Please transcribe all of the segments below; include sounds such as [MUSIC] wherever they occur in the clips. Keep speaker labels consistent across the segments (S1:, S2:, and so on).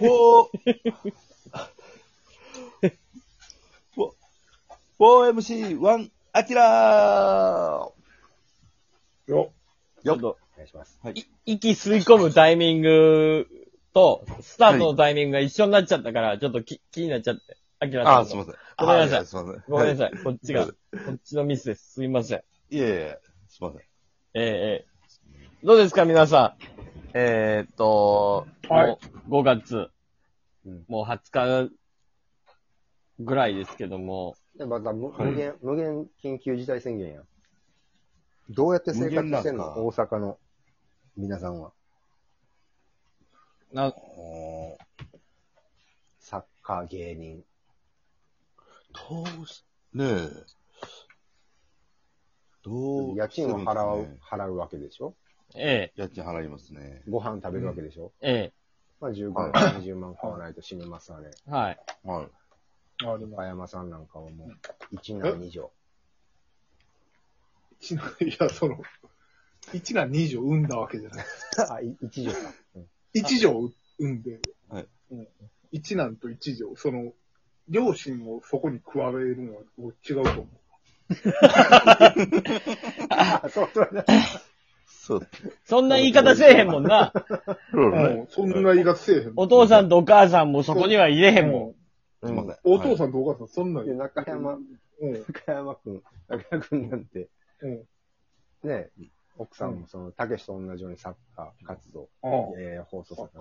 S1: 4、4MC1、アキラ
S2: よ。
S1: ーよ
S3: ちょっ
S2: お願いします。
S3: と、い息吸い込むタイミングと、スタートのタイミングが一緒になっちゃったから、ちょっとき気になっちゃって。あきらさんの。
S1: あ、すいません。
S3: ごめんなさい
S1: あやすいません。
S3: ごめんな
S1: は
S3: さい。こっ
S1: [LAUGHS]
S3: ちが、
S1: は
S3: こっちのミスです。すいません。
S1: い。いえいえ、すいません。
S3: ええええどうですか、皆さん。えー、っと、
S2: はい
S3: もう5月
S2: うん、
S3: もう20日ぐらいですけども、
S2: でまた無
S1: はい
S2: 無限、無限緊急事態宣言や。どうやって生活してん
S1: 無限なん
S2: の
S1: か
S2: 大阪の皆さんは。
S3: な
S2: サッカー芸人。
S1: どうし、ねえ。どう、
S2: 家賃を払
S1: するんです
S2: う
S1: ね、
S2: 払うわけでしょ
S3: え
S1: 家賃払いますね。
S2: ご飯食べるわけでしょ、
S3: ええ
S2: まあ15
S1: はい
S2: 万、20万買わないと死にますわね。
S3: えはい。
S1: はい。
S4: ありま
S2: 岡山さんなんかはもう、1男2女。
S1: [LAUGHS]
S4: す。いや、その、一男二女産んだわけじゃない。
S2: あ、い一女か。
S4: 一女を産んで、
S1: はい
S4: うん一男と一女、その、両親をそこに加えるのはもう違うと思う。
S2: あ、そう、そうだ。
S1: そう。
S3: そんな言い方せえへんもんな。
S1: そう
S4: もうそんな言い方せえへん。
S3: お父さんとお母さんもそこには入れへんもん。
S4: も
S1: すいません。
S4: うお父
S1: ん。
S4: さんとお母さんそんな
S2: で
S4: に。
S2: 中山、
S4: うん。
S2: 中山くん、中山くんなんて、
S4: うん。
S2: ね、奥さんもその、たけしと同じようにサッカー活動、
S4: ああ。
S2: えー、放送
S4: そ
S2: 作
S4: っ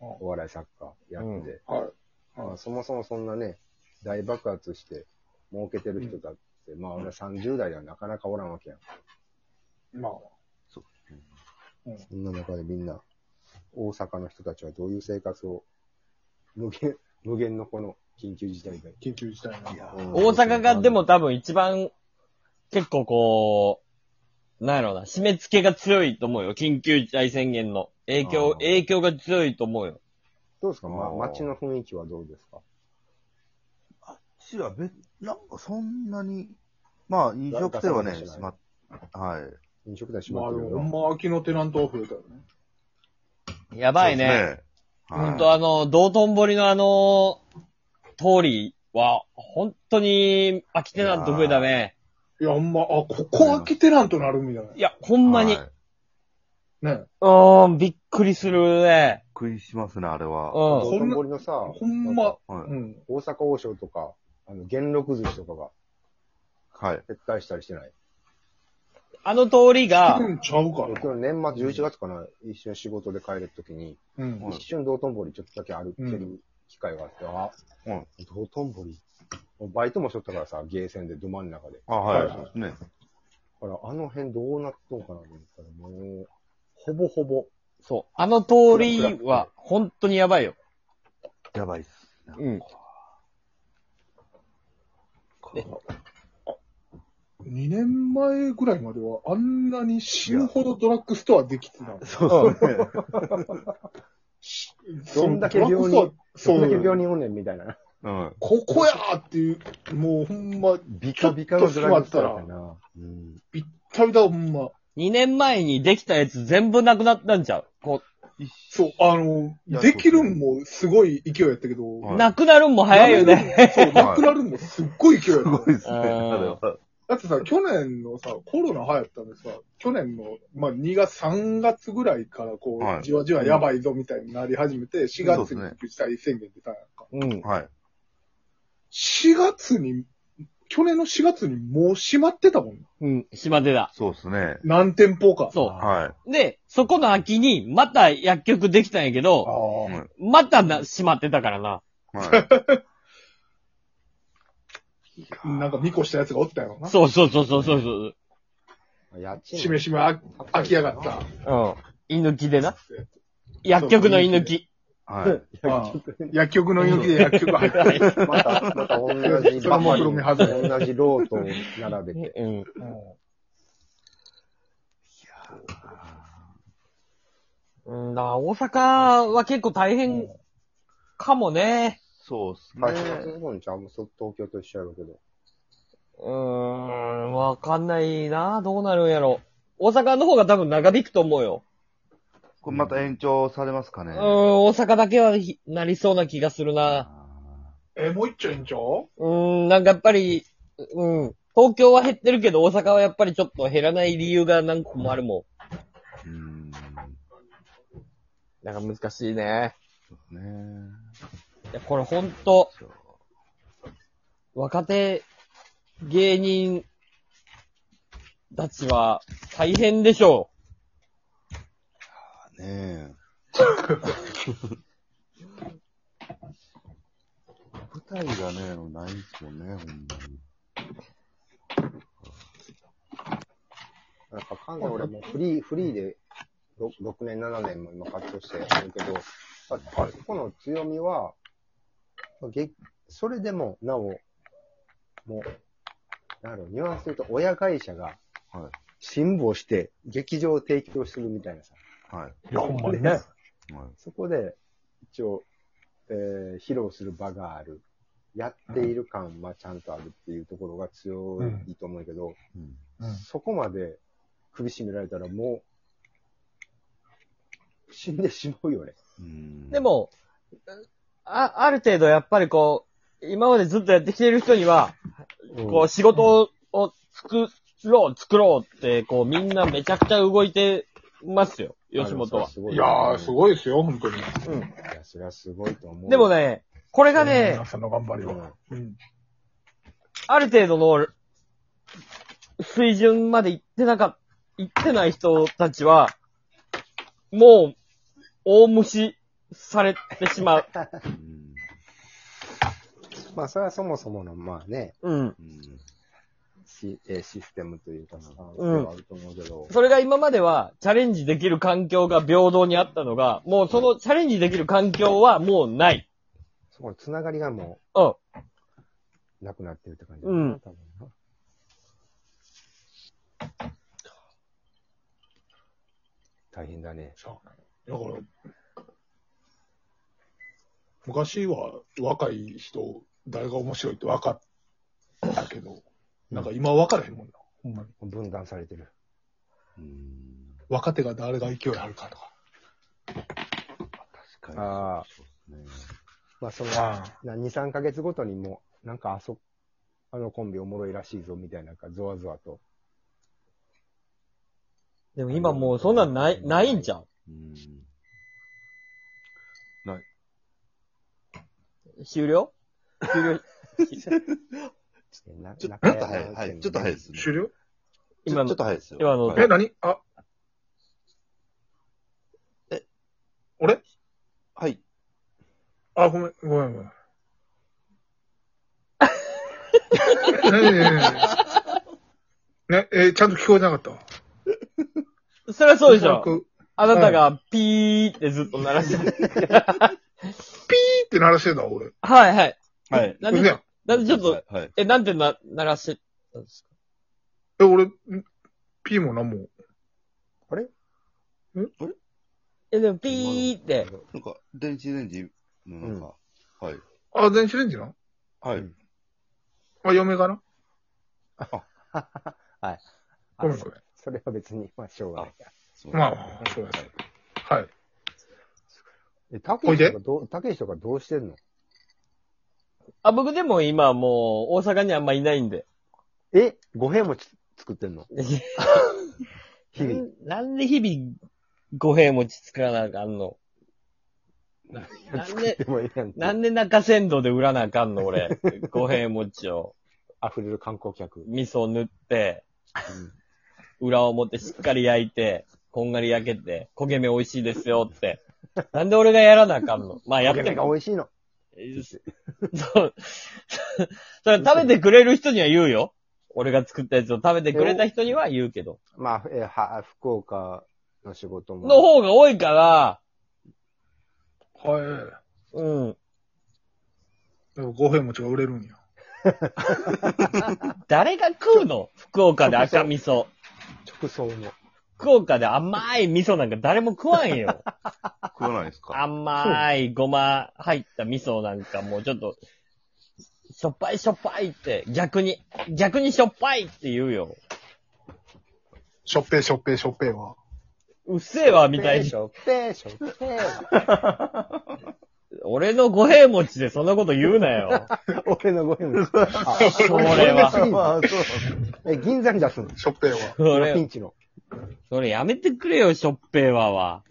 S2: 家、お笑い作家やってて、
S4: かはい。
S2: まあ、そもそもそんなね、大爆発して儲けてる人だって、まあ俺は30代ではなかなかおらんわけやん。
S4: まあ、
S2: そんな中でみんな、大阪の人たちはどういう生活を、無限、 [LAUGHS] 無限のこの緊急事態で。
S4: 緊急事態なん
S1: い
S4: で
S1: や
S2: うん
S3: 大阪がでも、多分一番、結構こう、なんやろうな、締め付けが強いと思うよ。緊急事態宣言の影響
S1: あ、ー
S3: 影響が強いと思うよ。
S2: どうですか、ま
S1: あ
S2: あ、
S1: ー
S2: 街の雰囲気はどうですか
S1: 市は別、なんかそんなに、まあ、飲食店はね、しまっ、はい。
S2: 飲食店閉ま
S4: まあ
S2: っ
S4: で
S2: てる
S4: も、ほ
S2: よ
S4: ん。ま秋のテナントは増えたよね。
S3: やばいね。
S1: そうですね。
S3: ほ
S1: は
S3: ん
S1: い
S3: とあの、道頓堀のあの、通りは、本当に飽きてなんと増えたね。
S4: いや、ほんま、あ、ここ秋テナントなるみたい
S3: いや、ほんまに。
S1: は
S3: う
S1: い
S4: な。ね。
S3: ーん、びっくりするね。
S1: 食いしますね、あれ
S3: う
S1: は。
S3: ん。
S2: 道頓堀のさ、
S4: ほん
S2: な
S4: ま
S2: か、
S1: は
S4: う
S1: い。
S4: ん。
S2: 大阪王将とか、あの、元禄寿司とかが
S1: はい。
S2: 撤退したりしてない。
S3: あの通り
S1: [LAUGHS]
S3: が、
S4: うんちゃうか
S2: 僕
S4: ら。
S2: の年末11月かな、一瞬仕事で帰るときに、
S4: うん。
S1: はい
S2: 一瞬道頓堀ちょっとだけ歩け
S4: う
S2: る機会があって、あ、
S1: うん
S2: 道頓堀。もうバイトもしとったからさ、ゲーセンでど真ん中で。
S1: あ、はい。
S4: はい
S1: そうですね。
S2: だから、あの辺どうなっとんかなと思ったら、もう、ほぼほぼ、
S3: そう。あの通りは、本当にやばいよ。
S1: やばいっす。
S3: うん。
S4: 2年前ぐらいまではあんなに死ぬほどドラッグストアできてたの。
S1: そうですね。
S2: どんだけ病人
S4: その
S2: そ
S4: そ
S2: ん
S4: う
S2: だけ病人おんねんみたいな。
S1: うん。
S4: ここやーっていう、もうほんま、
S2: ビカビカのドラッグストアやったな。
S1: うん。
S4: びったびだほんま。
S3: 2年前にできたやつ全部なくなったんちゃうこ
S4: そう、あの、
S1: いや
S4: できるんもすごい勢いやったけど、
S3: う、
S1: はい
S3: なくなるんも早いよね。
S4: そう、なくなるんもすっごい勢いや
S1: す
S4: った。
S1: ごいですね。
S3: うん
S1: あれは。
S4: だってさ、去年のさ、コロナ流行ったんでさ、去年の、まあ、2月、3月ぐらいからこう、
S1: はい
S4: じわじわやばいぞみたいになり始めて、4月に
S1: そうですね
S4: 自治体宣言出たんやんか。
S3: うん。
S1: はい。
S4: 4月に、去年の4月にもう閉まってたもん。
S3: うん。島出だ。
S1: そうですね。
S4: 何店舗か。
S3: そ
S1: は
S3: う。で、そこの秋に、また薬局できたんやけ
S4: あ
S3: ど、
S4: あ
S1: い。
S3: またな、閉まってたからな。 [LAUGHS]
S1: はい。
S4: なんか見越したやつがおったよな。
S3: そうそうそうそうそうそう。
S2: 家賃
S4: しめしめあ飽きやがった。
S3: うん。居抜きでな。薬局の居抜き。
S1: はい。
S4: ああ [LAUGHS] 薬局の勇気で薬局入った。 [LAUGHS]
S2: また、また同じ
S4: それ
S2: バ
S4: も
S2: カ
S4: 黒
S2: に、
S4: 目外れ
S2: 同じロートを並べて。
S3: うん。うん、だから大阪は結構大変かもね。
S1: そうです
S2: まあ、東
S1: ね。
S2: 日本ちゃんもそ東京と一緒やろうけど。
S3: うーん、わかんないな。どうなるんやろ。大阪の方が多分長引くと思うよ。
S1: これまた延長されますかね。
S3: うーん、大阪だけはひなりそうな気がするな。
S2: あ
S4: え、もう一丁延長
S3: うーん、なんかやっぱり、うん。東京は減ってるけど、大阪はやっぱりちょっと減らない理由が何個もあるも
S1: うん。
S3: ん。なんか難しいね。
S1: そうね。
S3: いや、これほんと、若手芸人たちは大変でしょ
S1: ねえ。舞台がね、ないんすよね、ほんまに。
S2: ーやっぱ関西俺もフリー、フリーで 6, 6年、7年も今活動してやってるけど、やっぱそこの強みは、げそれでも、なお、もう、なるニュアンスで言うと、親会社が
S1: は
S2: 辛抱して劇場を提供するみたいなさ。
S1: い。はい
S4: や、ほんまにね。
S1: い。はい、
S2: そこで、一応、えー披露する場がある。やっている感はちゃんとあるっていうところが強いと思うけど、
S1: うん。
S4: うん
S2: そこまで首絞められたらもう、死んでしまうよね。
S1: うん
S3: う。で、も、あ、ある程度やっぱりこう、今までずっとやってきてる人には、こう仕事を作ろう、作ろうって、こうみんなめちゃくちゃ動いてますよ、吉本は。
S2: い
S4: いやー、すごいですよ、本当に。
S2: いや、それはすごいと思う。
S3: でも、ね、これがね
S4: 皆、さんの頑張
S2: う
S4: りは。
S2: ん、
S4: うん。
S3: ある程度の水準まで行ってなか、行ってない人たちは、もう、大無視されてしまう。
S1: うん。
S2: まあ、それはそもそもの、まあね、
S3: うん。
S1: うん。
S2: シえーシステムというかさ、
S3: うん
S2: あると思うけど、
S3: それが今までは、チャレンジできる環境が平等にあったのが、もうそのチャレンジできる環境はもうない。
S2: そこのつながりがも
S3: うん。
S2: う、なくなってるって感じだ
S3: う
S2: な、
S3: ん
S2: 多分な。大変だね。
S4: そうだから、昔は若い人、誰が面白いって分かったけど、なんか今は分からへんもんな。ほんまに。
S2: 分断されてる。
S1: うん。
S4: 若手が誰が勢いあるかとか。
S1: 確かに。
S2: ああ
S1: そうですね。
S2: まあ、その、な2、3ヶ月ごとにもう、なんかあそ、あのコンビおもろいらしいぞ、みたいな、なんかゾワゾワと。
S3: でも今もうそんなんない、ないんじゃん。
S1: うん。
S3: 終了終了。
S2: な
S1: ちょ
S2: な
S1: っと早い、はい。ちょっと早いですね。
S4: 終了
S1: ちょち
S3: 今
S1: ょ
S3: の
S1: っと早いですよ。
S3: 今の
S1: はい
S4: え、何あ。
S1: え
S4: 俺
S1: はい。
S4: あ、ごめん、ごめん、ごめ [LAUGHS] ん。何ね、えーちゃんと聞こえなかったわ。
S3: [LAUGHS] そりゃそうでし
S4: なん
S3: ょ
S4: か。ピーっ
S3: あなたがピーってずっと鳴らしてる。
S4: て鳴らしてたわ、俺。
S3: はいはい。
S1: はい。
S3: なんで、
S4: ね
S3: なんでちょっ
S1: はい、。
S3: と
S1: はい。
S3: え、なんでな、鳴らしてたんですか
S4: え、俺、んピーもなんも。
S3: え、でもピーって。
S1: なんか、電子レンジのなんか、はい。
S4: あ、電子レンジな
S1: は
S2: う
S1: い
S2: ん。
S4: あ、嫁か [LAUGHS] なごめ
S2: あ
S4: ん、
S2: そ
S4: ご
S2: うそれは別に、まあ、しょうがない。
S1: そう
S4: めん。まあ、そうやはい。
S2: え、たけ
S4: おい
S2: しと
S4: で
S2: かどう、たけしとかどうしてんの
S3: あ、僕でも今もう大阪にあんまいないんで。
S2: え五平餅作ってんの日々。
S3: なんで日々、五平餅作らなあかんのなんで、
S2: でもいいやん。
S3: なんで中山道で売らなあかんの俺。五平餅を、
S2: 溢れる観光客。
S3: 味噌塗って、裏表しっかり焼いて、こんがり焼けて、焦げ目美味しいですよって。なんで俺がやらなあかんのまあや
S2: や
S3: っ
S2: ってて
S3: る
S2: が美味しいの。
S3: そう。それ食べてくれる人には言うよ。俺が作ったやつを食べてくれた人には言うけど。
S2: まあ、えーは、福岡の仕事も。
S3: の方が多いから、
S4: は
S3: うん。
S4: い。でも、五平餅が売れるんや。
S3: 誰が食うの福岡で赤味噌。
S2: 直送の。
S3: 福岡で甘い味噌なんか誰も食わんよ。
S1: 食わないですか
S3: 甘いごま入った味噌なんかもうちょっと、しょっぱいしょっぱいって、逆に、逆にしょっぱいって言うよ。
S4: しょっぺいしょっぺいしょっぺいは。
S3: うっせえわ、みたい
S2: し
S3: に。
S2: ょっぺーしょっぺーしょっぺー。
S3: 俺の五平餅でそんなこと言うな
S2: [LAUGHS]
S3: よ。
S2: 俺のごめんなさい。
S3: それは。
S1: [LAUGHS] まあ、そう。
S2: え、銀座に出すの
S4: ショッペンは。
S3: それ
S2: ピン、チの。
S3: それやめてくれよ、ショッペーはは。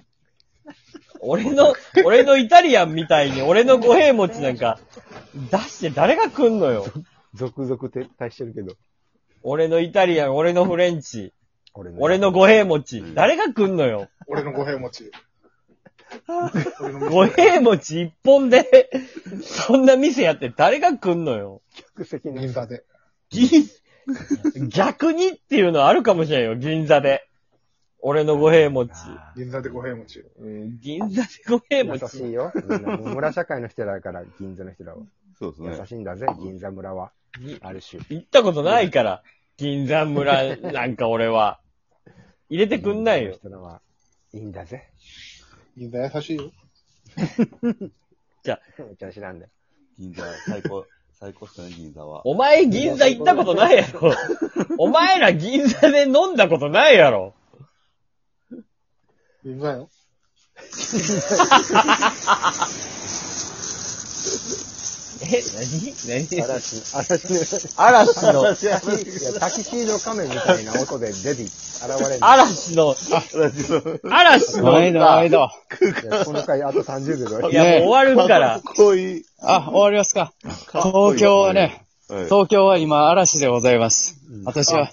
S3: 俺
S2: [LAUGHS]
S3: の、俺のイタリアンみたいに、俺の五平餅なんか、出して誰が来んのよ。
S2: 続々撤退してるけど。
S3: 俺のイタリアン、俺のフレンチ、
S2: 俺
S3: 俺の五平餅、誰が来んのよ。
S4: 俺の五平持ち。俺の
S3: 五平餅一本で、そんな店やって誰が来んのよ。
S2: 客席の
S4: 銀座で。
S3: 銀、逆にっていうのあるかもしれんよ、銀座で。俺の五平餅。
S4: 銀座で五平持ち。
S3: うん銀座で五平
S2: 優
S3: 餅。
S2: しいよ。みんな村社会の人だから、銀座の人らは。
S1: そうです
S2: 優
S1: ね。
S2: しいんだぜ、銀座村は。ある種。
S3: 行ったことないから、銀座村なんか俺は。入れてくんないよ。
S2: 銀座の人らは、いいんだぜ。
S4: 銀座優しいよ。
S2: お茶知らんだよ。
S1: 銀座、最高、最高っすね、銀座は。 [LAUGHS]
S3: お前銀座行ったことないやろ。お前ら銀座で飲んだことないやろ。
S4: 銀座よ。
S3: え、何何
S2: 嵐、嵐の、
S3: 嵐の、
S2: いや、タキシード仮面みたいな音で出て、現れる。
S3: 嵐の、嵐の、
S5: 毎度毎度。
S2: いやこの回あと30秒だよ
S3: いやもう終わるから、
S1: かっこいい。
S5: あ、終わりますか。
S1: こいい
S5: 東京はね、
S1: はい
S5: 東京は今嵐でございます。私は、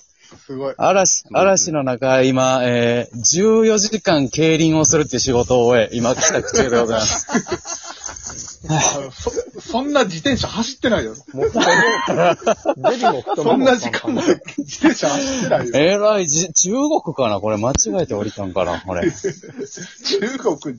S4: すごい。
S5: 嵐、嵐の中、今、えー、14時間競輪をするっていう仕事を終え、今帰宅中でございます。
S4: あのそ、そんな自転車走ってないよ。
S2: もう太もも、デビも太もも。
S4: そんな時間まで自転車走ってないよ。
S5: えらいじ、中国かなこれ間違えて降りたんかなこれ。
S4: [LAUGHS] 中国